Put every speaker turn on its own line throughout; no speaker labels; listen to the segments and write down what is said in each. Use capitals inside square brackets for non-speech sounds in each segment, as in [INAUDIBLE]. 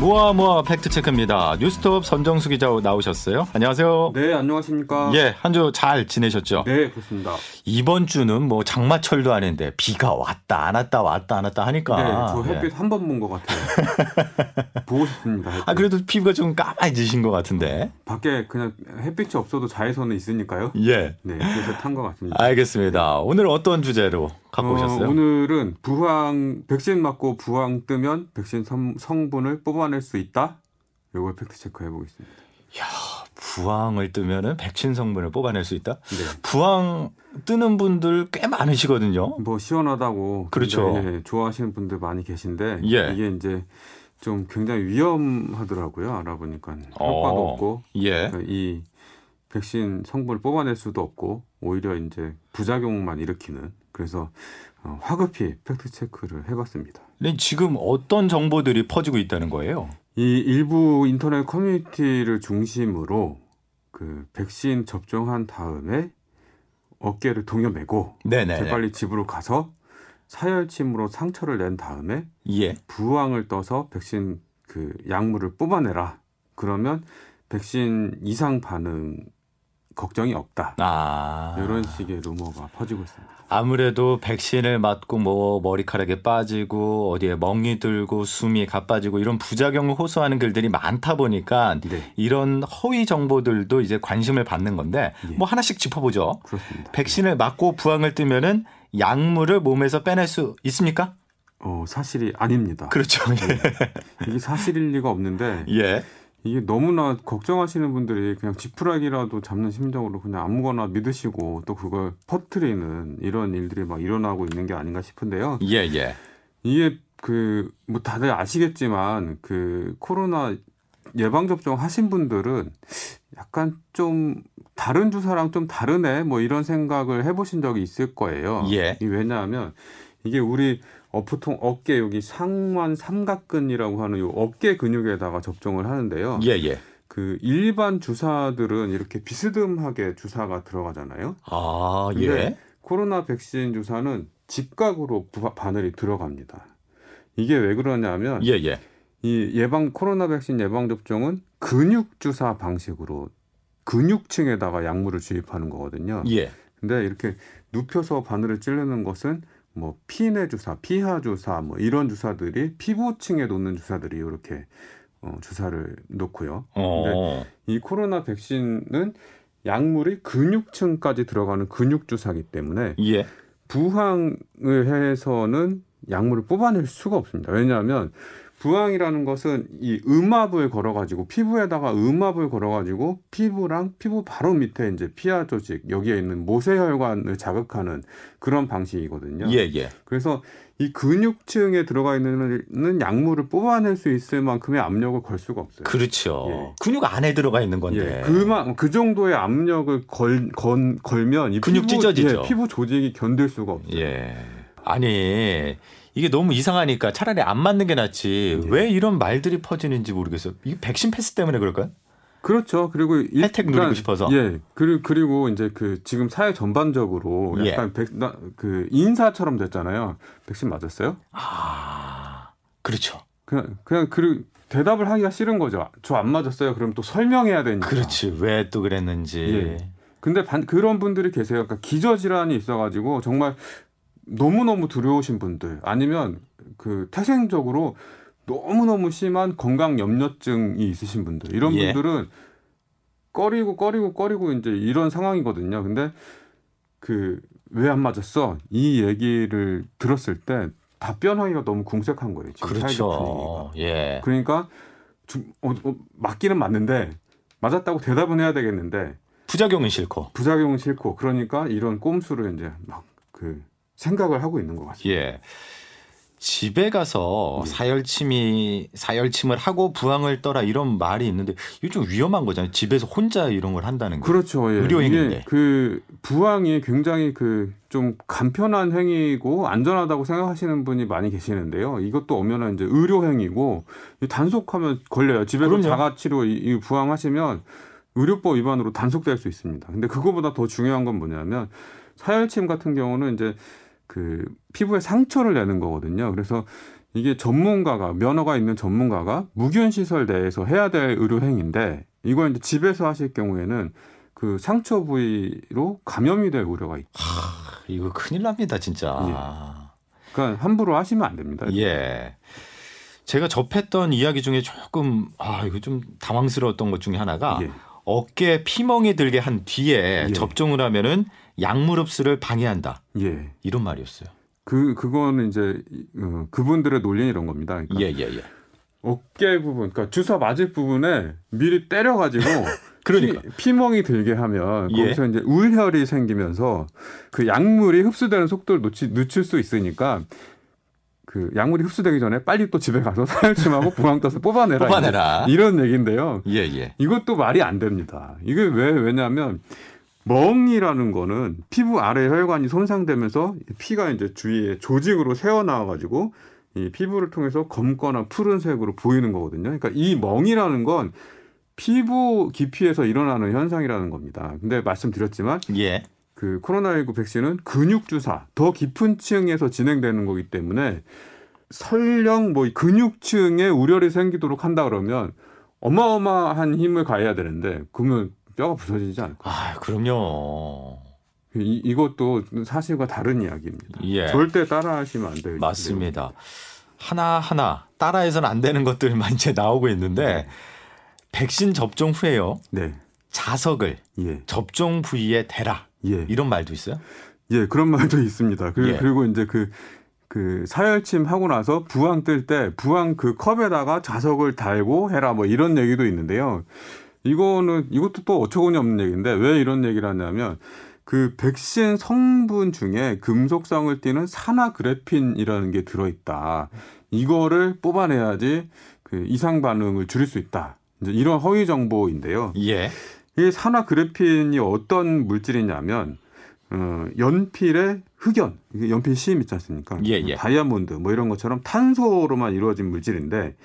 모아 모아 팩트 체크입니다. 뉴스톱 선정수 기자 나오셨어요. 안녕하세요.
네, 안녕하십니까.
예, 한 주 잘 지내셨죠?
네, 그렇습니다.
이번 주는 뭐 장마철도 아닌데 비가 왔다 안 왔다 왔다 안 왔다 하니까.
네, 저
예.
햇빛 한 번 본 것
[LAUGHS]
같아요. 보고 싶습니다. 햇빛.
아 그래도 피부가 좀 까만해지신 것 같은데.
밖에 그냥 햇빛이 없어도 자외선은 있으니까요.
예.
네, 그래서 탄 것 같습니다.
알겠습니다. 오늘 어떤 주제로 갖고
어,
오셨어요?
오늘은 부항 백신 맞고 부항 뜨면 백신 성, 성분을 뽑아낼 수 있다. 요걸 팩트 체크 해보겠습니다.
부항을 뜨면은 백신 성분을 뽑아낼 수 있다.
네.
부항 뜨는 분들 꽤 많으시거든요.
뭐 시원하다고
그렇죠.
굉장히, 예, 좋아하시는 분들 많이 계신데
예.
이게 이제 좀 굉장히 위험하더라고요. 알아보니까
어.
효과도 없고
예.
그러니까 이 백신 성분을 뽑아낼 수도 없고 오히려 이제 부작용만 일으키는 그래서 어, 화급히 팩트 체크를 해봤습니다.
근데 지금 어떤 정보들이 퍼지고 있다는 거예요?
이 일부 인터넷 커뮤니티를 중심으로 그 백신 접종한 다음에 어깨를 동여매고
네네.
재빨리 집으로 가서 사열침으로 상처를 낸 다음에
예.
부항을 떠서 백신 그 약물을 뽑아내라. 그러면 백신 이상 반응 걱정이 없다.
아.
이런 식의 루머가 퍼지고 있습니다.
아무래도 백신을 맞고 뭐 머리카락에 빠지고 어디에 멍이 들고 숨이 가빠지고 이런 부작용을 호소하는 글들이 많다 보니까
네,
이런 허위 정보들도 이제 관심을 받는 건데
예.
뭐 하나씩 짚어보죠.
그렇습니다.
백신을 맞고 부항을 뜨면은 약물을 몸에서 빼낼 수 있습니까?
어, 사실이 아닙니다.
그렇죠.
이게 사실일 리가 없는데
예. [LAUGHS] 예.
이게 너무나 걱정하시는 분들이 그냥 지푸라기라도 잡는 심정으로 그냥 아무거나 믿으시고 또 그걸 퍼뜨리는 이런 일들이 막 일어나고 있는 게 아닌가 싶은데요.
예, 예.
이게 그 뭐 다들 아시겠지만 그 코로나 예방 접종 하신 분들은 약간 좀 다른 주사랑 좀 다르네 뭐 이런 생각을 해보신 적이 있을 거예요.
예.
이 왜냐하면 이게 우리 어, 보통 어깨 여기 상완 삼각근이라고 하는 이 어깨 근육에다가 접종을 하는데요.
예, 예.
그 일반 주사들은 이렇게 비스듬하게 주사가 들어가잖아요.
아, 예.
근데 코로나 백신 주사는 직각으로 부- 바늘이 들어갑니다. 이게 왜 그러냐면
예, 예.
이 예방 코로나 백신 예방 접종은 근육 주사 방식으로 근육층에다가 약물을 주입하는 거거든요.
예.
근데 이렇게 눕혀서 바늘을 찌르는 것은 뭐 피내 주사, 피하 주사 뭐 이런 주사들이 피부층에 놓는 주사들이 이렇게 어, 주사를 놓고요.
어.
이 코로나 백신은 약물이 근육층까지 들어가는 근육 주사기 때문에
예.
부항을 해서는 약물을 뽑아낼 수가 없습니다. 왜냐하면 부항이라는 것은 이 음압을 걸어가지고 피부에다가 음압을 걸어가지고 피부랑 피부 바로 밑에 이제 피하 조직 여기에 있는 모세혈관을 자극하는 그런 방식이거든요.
예, 예.
그래서 이 근육층에 들어가 있는 약물을 뽑아낼 수 있을 만큼의 압력을 걸 수가 없어요.
그렇죠.
예.
근육 안에 들어가 있는 건데.
예, 그만 그 정도의 압력을 걸, 건, 걸면 이
근육
피부,
찢어지죠.
예, 피부 조직이 견딜 수가 없어요.
예. 아니 이게 너무 이상하니까 차라리 안 맞는 게 낫지
예.
왜 이런 말들이 퍼지는지 모르겠어요. 이게 백신 패스 때문에 그럴까요?
그렇죠. 그리고 일단-
혜택 누리고 싶어서.
예. 그리고 그리고 이제 그 지금 사회 전반적으로
예.
약간 백, 나, 그 인사처럼 됐잖아요. 백신 맞았어요?
아 그렇죠.
그냥 그냥 그 대답을 하기가 싫은 거죠. 저 안 맞았어요. 그럼 또 설명해야 되니까.
그렇지 왜 또
예.
그랬는지.
근데 반, 그런 분들이 계세요. 그러니까 기저질환이 있어가지고 정말 너무너무 두려우신 분들 아니면 그 태생적으로 너무너무 심한 건강 염려증이 있으신 분들 이런
예.
분들은 꺼리고 꺼리고 꺼리고 이제 이런 상황이거든요. 근데 그 왜 안 맞았어 이 얘기를 들었을 때 답변하기가 너무 궁색한 거예요. 지금 사회적 분위기가.
그렇죠. 예.
그러니까 좀, 어, 어, 맞기는 맞는데 맞았다고 대답은 해야 되겠는데
부작용은 싫고.
부작용 싫고 그러니까 이런 꼼수를 이제 막 그 생각을 하고 있는 것 같습니다.
예. 집에 가서
예.
사열침이 사열침을 하고 부항을 떠라 이런 말이 있는데 이게 좀 위험한 거잖아요. 집에서 혼자 이런 걸 한다는 거.
그렇죠. 예.
의료행위인데.
이게 그 부항이 굉장히 그 좀 간편한 행위고 안전하다고 생각하시는 분이 많이 계시는데요. 이것도 엄연한 이제 의료 행위고 이 단속하면 걸려요. 집에서
그럼요.
자가치료 이- 이 부항하시면 의료법 위반으로 단속될 수 있습니다. 근데 그거보다 더 중요한 건 뭐냐면 사열침 같은 경우는 이제 그 피부에 상처를 내는 거거든요. 그래서 이게 전문가가 면허가 있는 전문가가 무균 시설 내에서 해야 될 의료 행위인데 이걸 이제 집에서 하실 경우에는 그 상처 부위로 감염이 될 우려가 있. 그
이거 큰일 납니다, 진짜.
그러니까 함부로 하시면 안 됩니다.
예. 제가 접했던 이야기 중에 조금 아 이거 좀 당황스러웠던 것 중에 하나가
예.
어깨에 피멍이 들게 한 뒤에
예.
접종을 하면은 약물 흡수를 방해한다
예.
이런 말이었어요.
그 그거는 이제 어, 그분들의 논리는 이런 겁니다. 그러니까
예예 예, 예.
어깨 부분, 그러니까 주사 맞을 부분에 미리 때려가지고
[LAUGHS] 그러니까.
피, 피멍이 들게 하면
예.
거기서 이제 울혈이 생기면서 그 약물이 흡수되는 속도를 놓치, 늦출 수 있으니까 그 약물이 흡수되기 전에 빨리 또 집에 가서 [LAUGHS] 사혈침하고 부항 떠서 뽑아내라.
뽑아내라.
이런 얘기인데요.
예 예.
이것도 말이 안 됩니다. 이게 왜 왜냐하면 멍이라는 거는 피부 아래 혈관이 손상되면서 피가 이제 주위에 조직으로 새어 나와 가지고 이 피부를 통해서 검거나 푸른색으로 보이는 거거든요. 그러니까 이 멍이라는 건 피부 깊이에서 일어나는 현상이라는 겁니다. 근데 말씀드렸지만
예.
그 코로나19 백신은 근육 주사 더 깊은 층에서 진행되는 거기 때문에 설령 뭐이 근육층에 우려를 생기도록 한다 그러면 어마어마한 힘을 가해야 되는데 그러면 뼈가 부서지지 않을까?
아 그럼요.
이, 이것도 사실과 다른 이야기입니다.
예.
절대 따라하시면 안 돼요.
맞습니다. 하나 하나 따라해서는 안 되는 것들만 이제 나오고
예.
있는데 백신 접종 후에요
네.
자석을
예.
접종 부위에 대라
예.
이런 말도 있어요.
예, 그런 말도 [LAUGHS] 있습니다. 그,
예.
리고 이제 그, 그 사열침 하고 나서 부항 뜰 때 부항 그 컵에다가 자석을 달고 해라 뭐 이런 얘기도 있는데요. 이거는 이것도 또 어처구니 없는 얘기인데 왜 이런 얘기를 하냐면 그 백신 성분 중에 금속성을 띠는 산화그래핀이라는 게 들어있다. 이거를 뽑아내야지 그 이상 반응을 줄일 수 있다. 이제 이런 허위 정보인데요.
예.
이 산화 그래핀이 어떤 물질이냐면 어, 연필의 흑연, 이게 연필 시임 있지 않습니까?
예, 예.
다이아몬드 뭐 이런 것처럼 탄소로만 이루어진 물질인데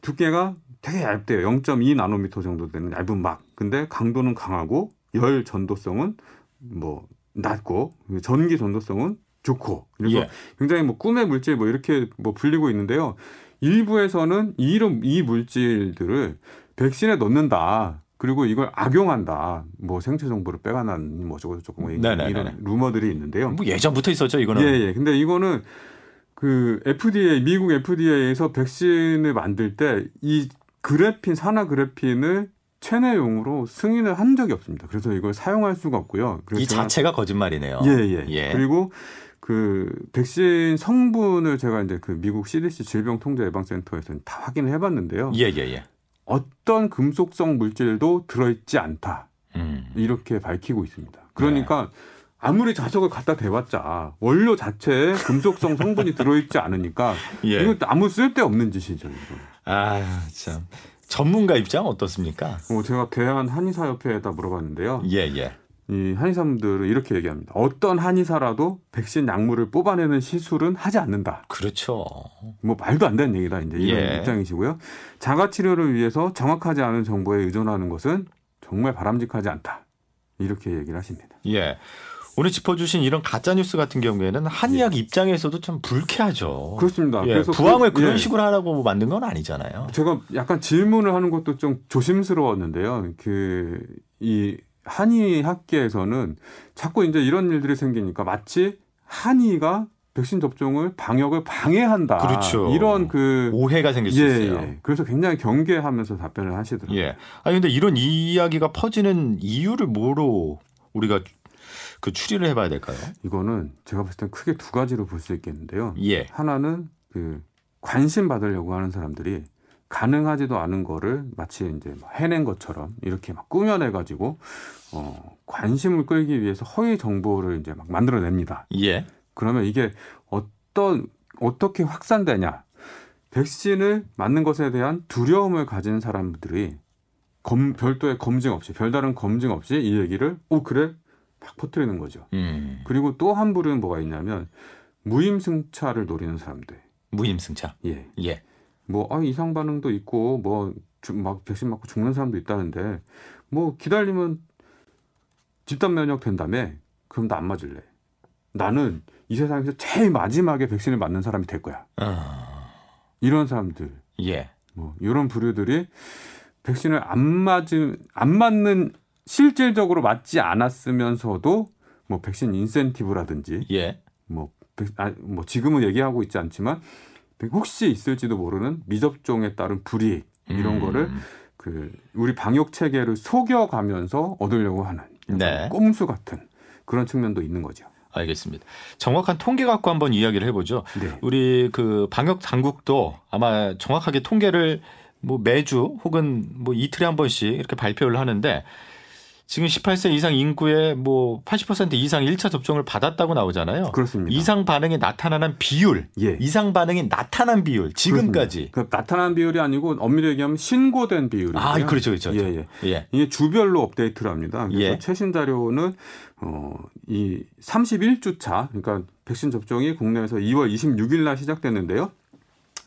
두께가 되게 얇대요. 0.2 나노미터 정도 되는 얇은 막. 근데 강도는 강하고 열 전도성은 뭐 낮고 전기 전도성은 좋고 그래서
예.
굉장히 뭐 꿈의 물질 뭐 이렇게 뭐 불리고 있는데요. 일부에서는 이런 이 물질들을 백신에 넣는다. 그리고 이걸 악용한다. 뭐 생체 정보를 빼가는 뭐 저거 저거 뭐 이런
네네네네.
이런 루머들이 있는데요.
뭐 예전부터 있었죠 이거는.
예, 예. 근데 이거는 그 FDA 미국 FDA에서 백신을 만들 때 이 그래핀 산화 그래핀을 체내용으로 승인을 한 적이 없습니다. 그래서 이걸 사용할 수가 없고요. 그래서
이 자체가 거짓말이네요.
예, 예.
예.
그리고 그 백신 성분을 제가 이제 그 미국 CDC 질병통제예방센터에서 다 확인을 해봤는데요.
예, 예, 예.
어떤 금속성 물질도 들어있지 않다
음.
이렇게 밝히고 있습니다.
예.
그러니까 아무리 자석을 갖다 대봤자 원료 자체에 금속성 성분이 들어있지 않으니까
[LAUGHS] 예.
이거 아무 쓸데 없는 짓이죠. 이거.
아, 참. 전문가 입장 어떻습니까?
어, 제가 대한 한의사협회에다 물어봤는데요.
예, 예.
이 한의사분들은 이렇게 얘기합니다. 어떤 한의사라도 백신 약물을 뽑아내는 시술은 하지 않는다.
그렇죠.
뭐 말도 안 되는 얘기다 이제 이런
예.
입장이시고요. 자가 치료를 위해서 정확하지 않은 정보에 의존하는 것은 정말 바람직하지 않다. 이렇게 얘기를 하십니다.
예. 오늘 짚어주신 이런 가짜 뉴스 같은 경우에는 한의학 입장에서도 참 불쾌하죠.
예. 그렇습니다.
예,
그래서
부항을
그-
그, 런
예.
식으로 하라고 만든 건 아니잖아요.
제가 약간 질문을 하는 것도 좀 조심스러웠는데요. 그 이 한의 학계에서는 자꾸 이제 이런 일들이 생기니까 마치 한의가 백신 접종을 방역을 방해한다.
그렇죠.
이런 그
오해가 생길 수 있어요. 예.
그래서 굉장히 경계하면서 답변을 하시더라고요.
아니 근데 이런 이야기가 퍼지는 이유를 뭐로 우리가 그 추리를 해봐야 될까요?
이거는 제가 봤을 땐 크게 두 가지로 볼 수 있겠는데요.
예.
하나는 그 관심 받으려고 하는 사람들이 가능하지도 않은 거를 마치 이제 막 해낸 것처럼 이렇게 막 꾸며내 가지고 어 관심을 끌기 위해서 허위 정보를 이제 막 만들어냅니다.
예.
그러면 이게 어떤 어떻게 확산되냐? 백신을 맞는 것에 대한 두려움을 가진 사람들이 검, 별도의 검증 없이 별다른 검증 없이 이 얘기를 오 그래 막 퍼뜨리는 거죠.
음.
그리고 또 한 부류는 뭐가 있냐면 무임승차를 노리는 사람들.
무임승차.
예.
예.
뭐 아, 이상 반응도 있고 뭐 막 백신 맞고 죽는 사람도 있다는데 뭐 기다리면 집단 면역 된 다음에 그럼 나 안 맞을래. 나는 이 세상에서 제일 마지막에 백신을 맞는 사람이 될 거야.
아.
이런 사람들
예.
뭐 이런 부류들이 백신을 안 맞은 안 맞는 실질적으로 맞지 않았으면서도 뭐 백신 인센티브라든지
[LAUGHS] 예.
뭐, 백- 아, 뭐 지금은 얘기하고 있지 않지만 혹시 있을지도 모르는 미접종에 따른 불이익 이런
음.
거를 그 우리 방역 체계를 속여가면서 얻으려고 하는 약간
네.
꼼수 같은 그런 측면도 있는 거죠.
알겠습니다. 정확한 통계 갖고 한번 이야기를 해보죠.
네.
우리 그 방역 당국도 아마 정확하게 통계를 뭐 매주 혹은 뭐 이틀에 한 번씩 이렇게 발표를 하는데 지금 18세 이상 인구의 뭐 80% 이상 1차 접종을 받았다고 나오잖아요.
그렇습니다.
이상 반응이 나타나는 비율,
예.
이상 반응이 나타난 비율 지금까지.
그 나타난 비율이 아니고 엄밀히 얘기하면 신고된 비율이에요.
아, 그렇죠, 그렇죠.
예, 예.
예.
이게 주별로 업데이트를 합니다. 그래서
예.
최신 자료는 어이 31주 차 그러니까 백신 접종이 국내에서 2월 26일 날 시작됐는데요.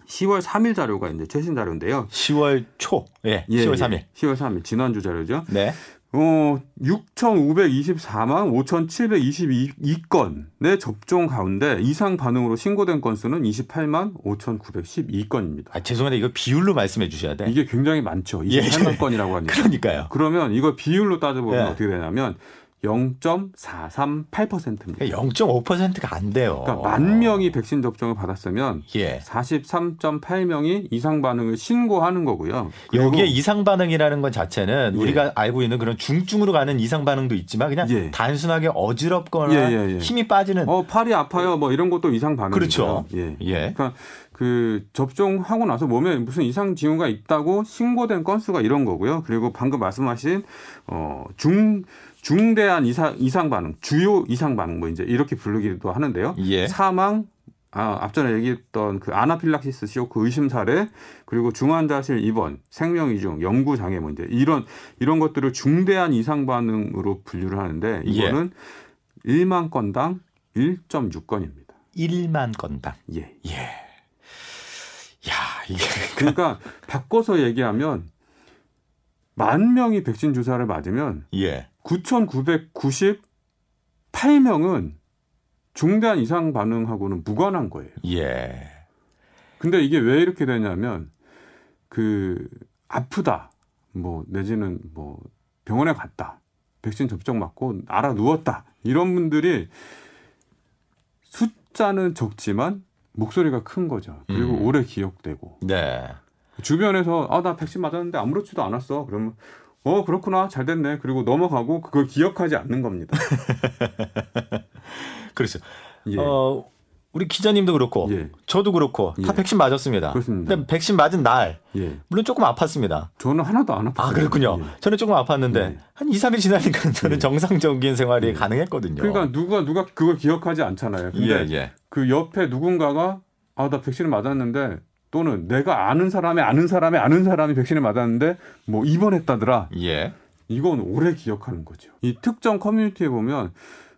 10월 3일 자료가 이제 최신 자료인데요.
10월 초, 예,
예,
10월
예.
3일.
10월 3일 지난주 자료죠.
네.
어 6,524만 5,722건의 접종 가운데 이상 반응으로 신고된 건수는 28만 5,912건입니다.
아, 죄송한데 이거 비율로 말씀해 주셔야 돼.
이게 굉장히 많죠.
네. 예.
28만 건이라고
[LAUGHS]
하니까.
그러니까요.
그러면 이걸 비율로 따져보면
예.
어떻게 되냐면
예.
0.438%입니다.
0.5%가 안 돼요.
그러니까 만 명이 백신 접종을 받았으면
예.
43.8명이 이상 반응을 신고하는 거고요. 그리고-
여기에 이상 반응이라는 건 자체는
예.
우리가 알고 있는 그런 중증으로 가는 이상 반응도 있지만 그냥
예.
단순하게 어지럽거나
예, 예, 예.
힘이 빠지는
어 팔이 아파요 뭐 이런 것도 이상 반응이죠.
그렇죠.
예.
예.
그 접종하고 나서 몸에 무슨 이상 징후가 있다고 신고된 건수가 이런 거고요. 그리고 방금 말씀하신 어중 중대한 이상 이상 반응, 주요 이상 반응 뭐 이제 이렇게 부르기도 하는데요.
예.
사망 아, 앞전에 얘기했던 그 아나필락시스 쇼크 의심 사례 그리고 중환자실 입원, 생명 이중, 연구 장애 뭐 이제 이런 이런 것들을 중대한 이상 반응으로 분류를 하는데 이거는 1만 건당 1.6건입니다.
1만 건당.
예.
예. 야, 이게
그러니까 바꿔서 얘기하면 만 명이 백신 주사를 맞으면
[LAUGHS] 예.
9,998명은 중대한 이상 반응하고는 무관한 거예요.
예.
근데 이게 왜 이렇게 되냐면 그 아프다 뭐 내지는 뭐 병원에 갔다 백신 접종 맞고 알아 누웠다 이런 분들이 숫자는 적지만 목소리가 큰 거죠 그리고
음.
오래 기억되고
네.
주변에서 아 나 백신 맞았는데 아무렇지도 않았어 그러면 어 그렇구나 잘 됐네 그리고 넘어가고 그걸 기억하지 않는 겁니다
그렇죠.
예
어, 우리 기자님도 그렇고
예,
저도 그렇고 다
예.
백신 맞았습니다.
그렇습니다.
근데 백신 맞은 날
예
물론 조금 아팠습니다.
저는 하나도 안 아팠어요
아, 그렇군요.
예.
저는 조금 아팠는데
예.
한 2, 3일 지나니까 저는
예.
정상적인 생활이
예.
가능했거든요.
그러니까 누가 누가 그걸 기억하지 않잖아요 근데
예, 예.
그 옆에 누군가가 아 나 백신을 맞았는데 또는 내가 아는 사람의 아는 사람의 아는 사람이 백신을 맞았는데 뭐 입원했다더라
예.
이건 오래 기억하는 거죠 이 특정 커뮤니티에 보면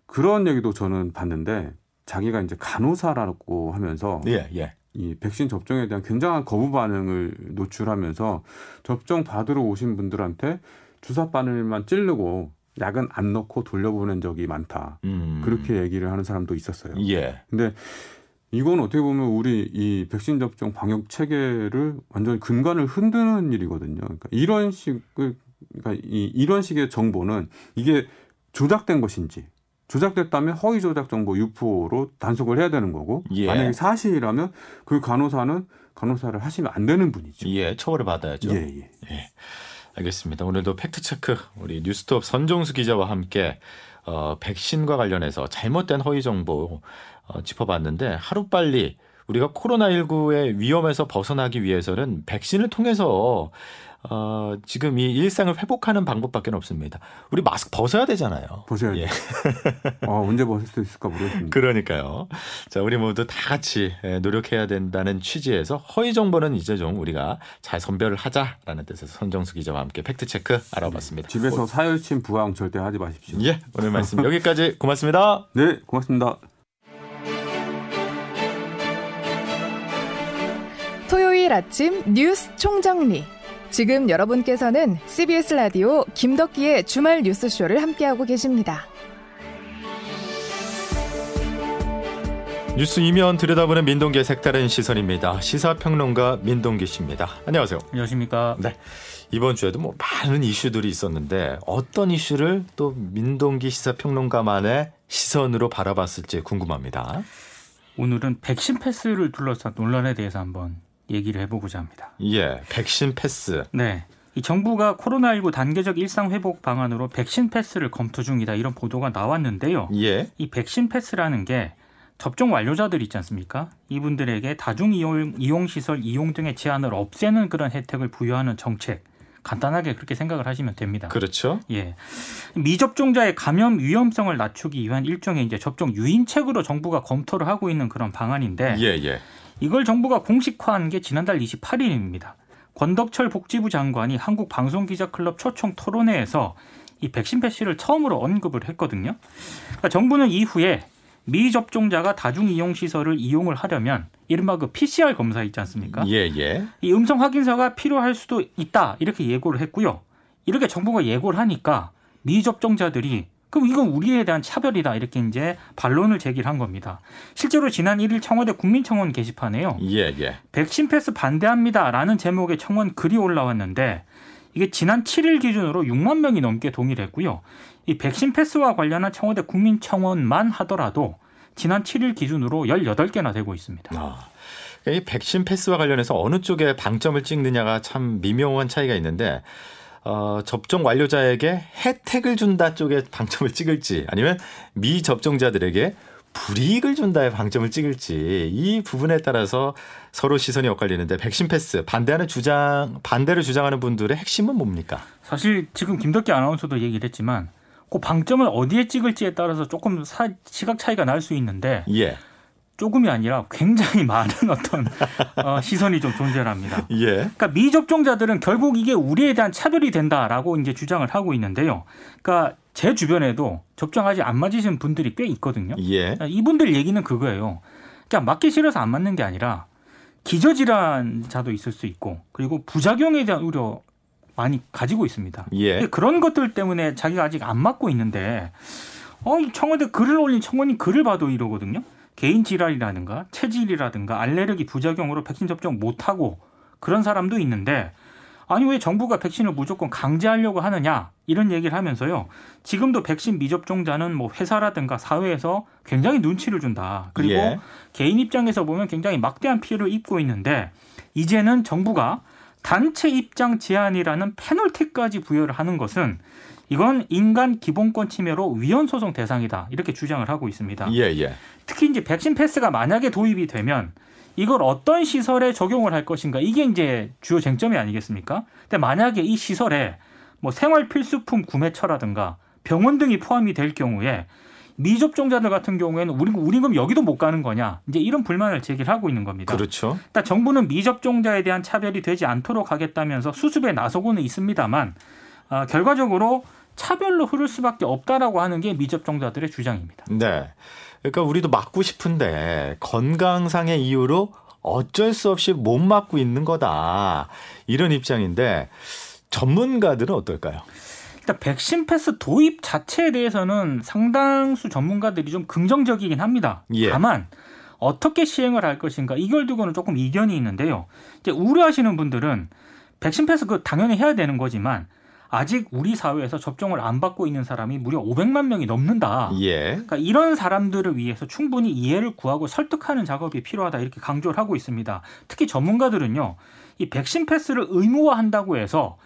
그런 얘기도 저는 봤는데 자기가 이제 간호사라고 하면서
예, 예.
이 백신 접종에 대한 굉장한 거부 반응을 노출하면서 접종 받으러 오신 분들한테 주사 바늘만 찌르고 약은 안 넣고 돌려보낸 적이 많다
음.
그렇게 얘기를 하는 사람도 있었어요.
예.
근데 이건 어떻게 보면 우리 이 백신 접종 방역 체계를 완전히 근간을 흔드는 일이거든요. 그러니까 이런 식을 그러니까 이, 이런 식의 정보는 이게 조작된 것인지 조작됐다면 허위 조작 정보 유포로 단속을 해야 되는 거고
예.
만약에 사실이라면 그 간호사는 간호사를 하시면 안 되는 분이죠.
예, 처벌을 받아야죠.
예, 예.
알겠습니다. 오늘도 팩트 체크 우리 뉴스톱 선종수 기자와 함께 어, 백신과 관련해서 잘못된 허위 정보 어, 짚어봤는데 하루 빨리 우리가 코로나19의 위험에서 벗어나기 위해서는 백신을 통해서 어, 지금 이 일상을 회복하는 방법밖에 없습니다. 우리 마스크 벗어야 되잖아요.
보세요.
예.
아, 언제 벗을 수 있을까 모르겠습니다.
그러니까요. 자, 우리 모두 다 같이 예, 노력해야 된다는 취지에서 허위 정보는 이제 좀 우리가 잘 선별을 하자라는 뜻에서 선정수 기자와 함께 팩트 체크 알아봤습니다.
집에서 사열친 부항 절대 하지 마십시오.
그 어. 예, 오늘 말씀 여기까지 고맙습니다.
네, 고맙습니다.
토요일 아침 뉴스 총정리. 지금 여러분께서는 CBS 라디오 김덕기의 주말 뉴스쇼를 함께하고 계십니다.
뉴스 이면 들여다보는 민동기의 색다른 시선입니다. 시사평론가 민동기 씨입니다. 안녕하세요.
안녕하십니까.
네. 이번 주에도 뭐 많은 이슈들이 있었는데 어떤 이슈를 또 민동기 시사평론가만의 시선으로 바라봤을지 궁금합니다.
오늘은 백신 패스를 둘러싼 논란에 대해서 한번 얘기를 해보고자 합니다.
예, 백신 패스.
네. 이 정부가 코로나19 단계적 일상 회복 방안으로 백신 패스를 검토 중이다 이런 보도가 나왔는데요.
예,
이 백신 패스라는 게 접종 완료자들 있지 않습니까? 이분들에게 다중 이용 이용 시설 이용 등의 제한을 없애는 그런 혜택을 부여하는 정책. 간단하게 그렇게 생각을 하시면 됩니다.
그렇죠.
예. 미접종자의 감염 위험성을 낮추기 위한 일종의 이제 접종 유인책으로 정부가 검토를 하고 있는 그런 방안인데
예, 예.
이걸 정부가 공식화한 게 지난달 28일입니다. 권덕철 복지부 장관이 한국 방송기자클럽 초청 토론회에서 이 백신 패시를 처음으로 언급을 했거든요. 그러니까 정부는 이후에 미접종자가 다중이용시설을 이용을 하려면 이른바 그 PCR 검사 있지 않습니까?
예, 예.
이 음성 확인서가 필요할 수도 있다 이렇게 예고를 했고요. 이렇게 정부가 예고를 하니까 미접종자들이 그럼 이건 우리에 대한 차별이다 이렇게 이제 반론을 제기를 한 겁니다. 실제로 지난 1일 청와대 국민청원 게시판에요.
예, 예.
백신 패스 반대합니다라는 제목의 청원 글이 올라왔는데 이게 지난 7일 기준으로 6만 명이 넘게 동의를 했고요. 이 백신 패스와 관련한 청와대 국민청원만 하더라도 지난 7일 기준으로 18개나 되고 있습니다.
아, 이 백신 패스와 관련해서 어느 쪽에 방점을 찍느냐가 참 미묘한 차이가 있는데 어, 접종 완료자에게 혜택을 준다 쪽에 방점을 찍을지 아니면 미접종자들에게 불이익을 준다에 방점을 찍을지 이 부분에 따라서 서로 시선이 엇갈리는데 백신 패스 반대하는 주장 반대를 주장하는 분들의 핵심은 뭡니까?
사실 지금 김덕기 아나운서도 얘기를 했지만 그 방점을 어디에 찍을지에 따라서 조금 사- 시각 차이가 날 수 있는데
예,
조금이 아니라 굉장히 [LAUGHS] 많은 어떤 어, 시선이 좀 존재합니다.
예,
그러니까 미접종자들은 결국 이게 우리에 대한 차별이 된다라고 이제 주장을 하고 있는데요. 그러니까 제 주변에도 접종하지 안 맞으신 분들이 꽤 있거든요.
예,
이분들 얘기는 그거예요. 그냥 맞기 싫어서 안 맞는 게 아니라 기저질환자도 있을 수 있고 그리고 부작용에 대한 우려 많이 가지고 있습니다.
예.
근데 그런 것들 때문에 자기가 아직 안 맞고 있는데 어, 이 청와대 글을 올린 청원이 글을 봐도 이러거든요. 개인 질환이라든가 체질이라든가 알레르기 부작용으로 백신 접종 못하고 그런 사람도 있는데 아니 왜 정부가 백신을 무조건 강제하려고 하느냐 이런 얘기를 하면서요. 지금도 백신 미접종자는 뭐 회사라든가 사회에서 굉장히 눈치를 준다. 그리고
예.
개인 입장에서 보면 굉장히 막대한 피해를 입고 있는데 이제는 정부가 단체 입장 제한이라는 페널티까지 부여를 하는 것은 이건 인간 기본권 침해로 위헌 소송 대상이다 이렇게 주장을 하고 있습니다.
예, 예.
특히 이제 백신 패스가 만약에 도입이 되면 이걸 어떤 시설에 적용을 할 것인가 이게 이제 주요 쟁점이 아니겠습니까? 근데 만약에 이 시설에 뭐 생활 필수품 구매처라든가 병원 등이 포함이 될 경우에 미접종자들 같은 경우에는 우리 우리 그럼 여기도 못 가는 거냐 이제 이런 불만을 제기를 하고 있는 겁니다.
그렇죠.
일단 그러니까 정부는 미접종자에 대한 차별이 되지 않도록 하겠다면서 수습에 나서고는 있습니다만 아, 결과적으로 차별로 흐를 수밖에 없다라고 하는 게 미접종자들의 주장입니다.
네. 그러니까 우리도 맞고 싶은데 건강상의 이유로 어쩔 수 없이 못 맞고 있는 거다. 이런 입장인데 전문가들은 어떨까요?
일단 그러니까 백신 패스 도입 자체에 대해서는 상당수 전문가들이 좀 긍정적이긴 합니다.
예.
다만 어떻게 시행을 할 것인가 이걸 두고는 조금 이견이 있는데요. 이제 우려하시는 분들은 백신 패스 그 당연히 해야 되는 거지만 아직 우리 사회에서 접종을 안 받고 있는 사람이 무려 500만 명이 넘는다.
예.
그러니까 이런 사람들을 위해서 충분히 이해를 구하고 설득하는 작업이 필요하다 이렇게 강조를 하고 있습니다. 특히 전문가들은요, 이 백신 패스를 의무화한다고 해서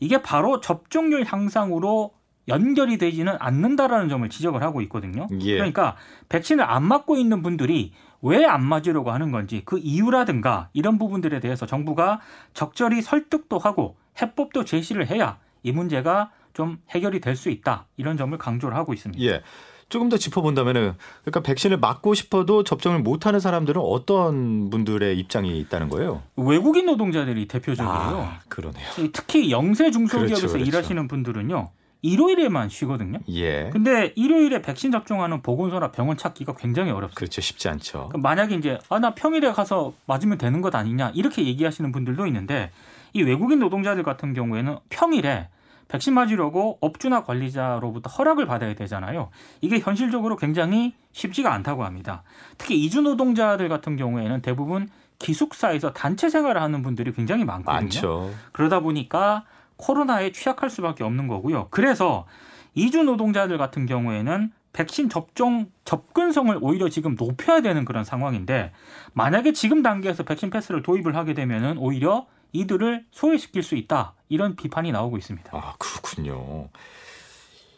이게 바로 접종률 향상으로 연결이 되지는 않는다라는 점을 지적을 하고 있거든요.
예.
그러니까 백신을 안 맞고 있는 분들이 왜 안 맞으려고 하는 건지 그 이유라든가 이런 부분들에 대해서 정부가 적절히 설득도 하고 해법도 제시를 해야 이 문제가 좀 해결이 될 수 있다 이런 점을 강조를 하고 있습니다.
예. 조금 더 짚어본다면은 그러니까 백신을 맞고 싶어도 접종을 못 하는 사람들은 어떤 분들의 입장이 있다는 거예요?
외국인 노동자들이 대표적이에요.
아, 그러네요.
이 특히 영세 중소기업에서
그렇죠, 그렇죠.
일하시는 분들은요. 일요일에만 쉬거든요.
예.
근데 일요일에 백신 접종하는 보건소나 병원 찾기가 굉장히 어렵습니다.
그렇죠. 쉽지 않죠.
그럼 만약에 이제 아 나 평일에 가서 맞으면 되는 것 아니냐 이렇게 얘기하시는 분들도 있는데 이 외국인 노동자들 같은 경우에는 평일에 백신 맞으려고 업주나 관리자로부터 허락을 받아야 되잖아요. 이게 현실적으로 굉장히 쉽지가 않다고 합니다. 특히 이주 노동자들 같은 경우에는 대부분 기숙사에서 단체 생활을 하는 분들이 굉장히 많거든요.
많죠.
그러다 보니까 코로나에 취약할 수밖에 없는 거고요. 그래서 이주 노동자들 같은 경우에는 백신 접종 접근성을 오히려 지금 높여야 되는 그런 상황인데 만약에 지금 단계에서 백신 패스를 도입을 하게 되면은 오히려 이들을 소외시킬 수 있다 이런 비판이 나오고 있습니다.
아 그렇군요.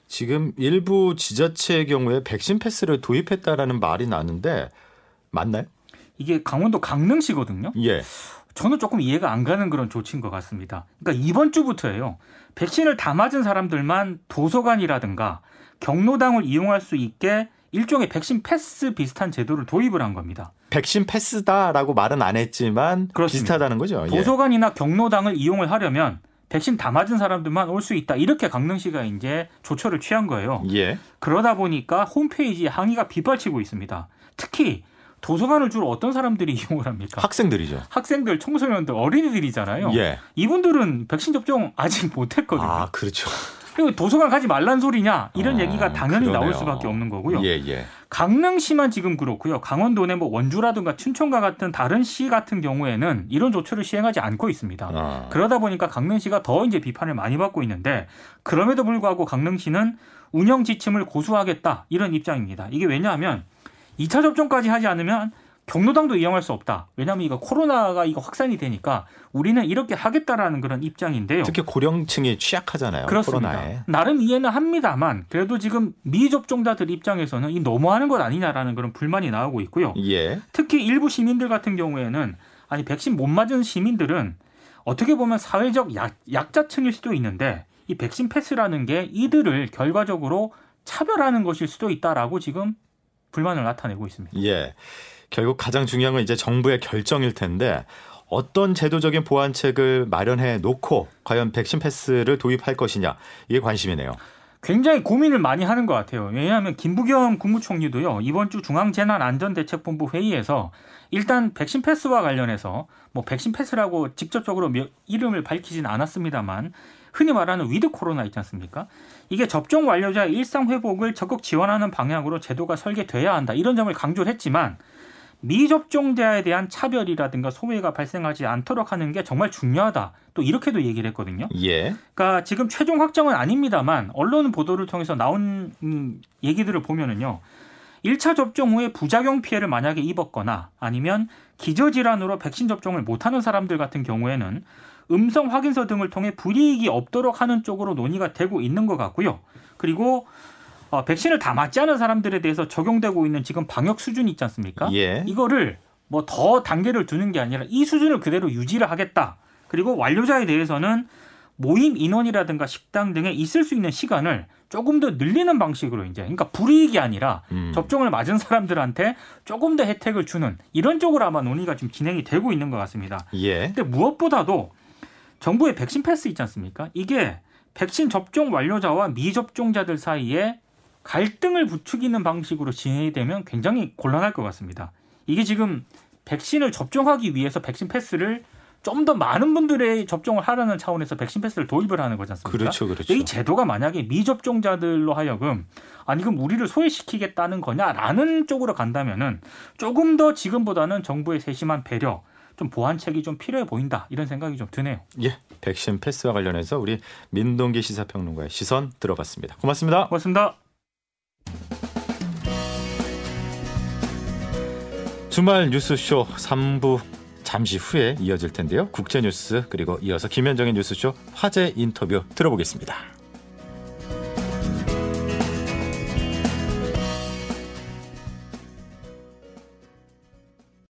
지금 일부 지자체의 경우에 백신 패스를 도입했다라는 말이 나는데 맞나요?
이게 강원도 강릉시거든요.
예.
저는 조금 이해가 안 가는 그런 조치인 것 같습니다. 그러니까 이번 주부터예요. 백신을 다 맞은 사람들만 도서관이라든가 경로당을 이용할 수 있게 일종의 백신 패스 비슷한 제도를 도입을 한 겁니다.
백신 패스다라고 말은 안 했지만
그렇습니다.
비슷하다는 거죠. 예.
도서관이나 경로당을 이용을 하려면 백신 다 맞은 사람들만 올 수 있다. 이렇게 강릉시가 이제 조처를 취한 거예요.
예.
그러다 보니까 홈페이지에 항의가 빗발치고 있습니다. 특히 도서관을 주로 어떤 사람들이 [LAUGHS] 이용을 합니까?
학생들이죠.
학생들, 청소년들, 어린이들이잖아요.
예.
이분들은 백신 접종 아직 [LAUGHS] 못했거든요.
아 그렇죠.
그리고 도서관 가지 말란 소리냐 이런
아,
얘기가 당연히 나올
그러네요.
수밖에 없는 거고요.
예 예.
강릉시만 지금 그렇고요. 강원도 내뭐 원주라든가 춘천과 같은 다른 시 같은 경우에는 이런 조처를 시행하지 않고 있습니다.
아,
그러다 보니까 강릉시가 더 이제 비판을 많이 받고 있는데 그럼에도 불구하고 강릉시는 운영 지침을 고수하겠다 이런 입장입니다. 이게 왜냐하면 2차 접종까지 하지 않으면 경로당도 이용할 수 없다. 왜냐하면 이거 코로나가 이거 확산이 되니까 우리는 이렇게 하겠다라는 그런 입장인데요.
특히 고령층이 취약하잖아요.
그렇습니다.
코로나에.
나름 이해는 합니다만 그래도 지금 미접종자들 입장에서는 이 너무하는 것 아니냐라는 그런 불만이 나오고 있고요.
예.
특히 일부 시민들 같은 경우에는 아니 백신 못 맞은 시민들은 어떻게 보면 사회적 약, 약자층일 수도 있는데 이 백신 패스라는 게 이들을 결과적으로 차별하는 것일 수도 있다라고 지금 불만을 나타내고 있습니다.
예. 결국 가장 중요한 건 이제 정부의 결정일 텐데 어떤 제도적인 보완책을 마련해 놓고 과연 백신 패스를 도입할 것이냐 이게 관심이네요.
굉장히 고민을 많이 하는 것 같아요. 왜냐하면 김부겸 국무총리도요 이번 주 중앙재난안전대책본부 회의에서 일단 백신 패스와 관련해서 뭐 백신 패스라고 직접적으로 며- 이름을 밝히진 않았습니다만 흔히 말하는 위드 코로나 있지 않습니까? 이게 접종 완료자의 일상 회복을 적극 지원하는 방향으로 제도가 설계돼야 한다 이런 점을 강조를 했지만 미접종자에 대한 차별이라든가 소외가 발생하지 않도록 하는 게 정말 중요하다. 또 이렇게도 얘기를 했거든요.
예.
그러니까 지금 최종 확정은 아닙니다만 언론 보도를 통해서 나온 음, 얘기들을 보면은요. 1차 접종 후에 부작용 피해를 만약에 입었거나 아니면 기저질환으로 백신 접종을 못하는 사람들 같은 경우에는 음성 확인서 등을 통해 불이익이 없도록 하는 쪽으로 논의가 되고 있는 것 같고요. 그리고 어, 백신을 다 맞지 않은 사람들에 대해서 적용되고 있는 지금 방역 수준이 있지 않습니까?
예.
그러니까 이거를 뭐 더 단계를 두는 게 아니라 이 수준을 그대로 유지를 하겠다. 그리고 완료자에 대해서는 모임 인원이라든가 식당 등에 있을 수 있는 시간을 조금 더 늘리는 방식으로 이제 그러니까 불이익이 아니라
음.
접종을 맞은 사람들한테 조금 더 혜택을 주는 이런 쪽으로 아마 논의가 지금 진행이 되고 있는 것 같습니다.
예.
근데 무엇보다도 정부의 백신 패스 있지 않습니까? 이게 백신 접종 완료자와 미접종자들 사이에 갈등을 부추기는 방식으로 진행이 되면 굉장히 곤란할 것 같습니다. 이게 지금 백신을 접종하기 위해서 백신 패스를 좀 더 많은 분들의 접종을 하라는 차원에서 백신 패스를 도입을 하는 거지 않습니까?
그렇죠.
근데
그렇죠.
이 제도가 만약에 미접종자들로 하여금 아니 그럼 우리를 소외시키겠다는 거냐라는 쪽으로 간다면은 조금 더 지금보다는 정부의 세심한 배려 좀 보완책이 좀 필요해 보인다 이런 생각이 좀 드네요.
예. 백신 패스와 관련해서 우리 민동기 시사평론가의 시선 들어봤습니다. 고맙습니다.
고맙습니다.
주말 뉴스쇼 3부 잠시 후에 이어질 텐데요. 국제뉴스 그리고 이어서 김현정의 뉴스쇼 화제 인터뷰 들어보겠습니다.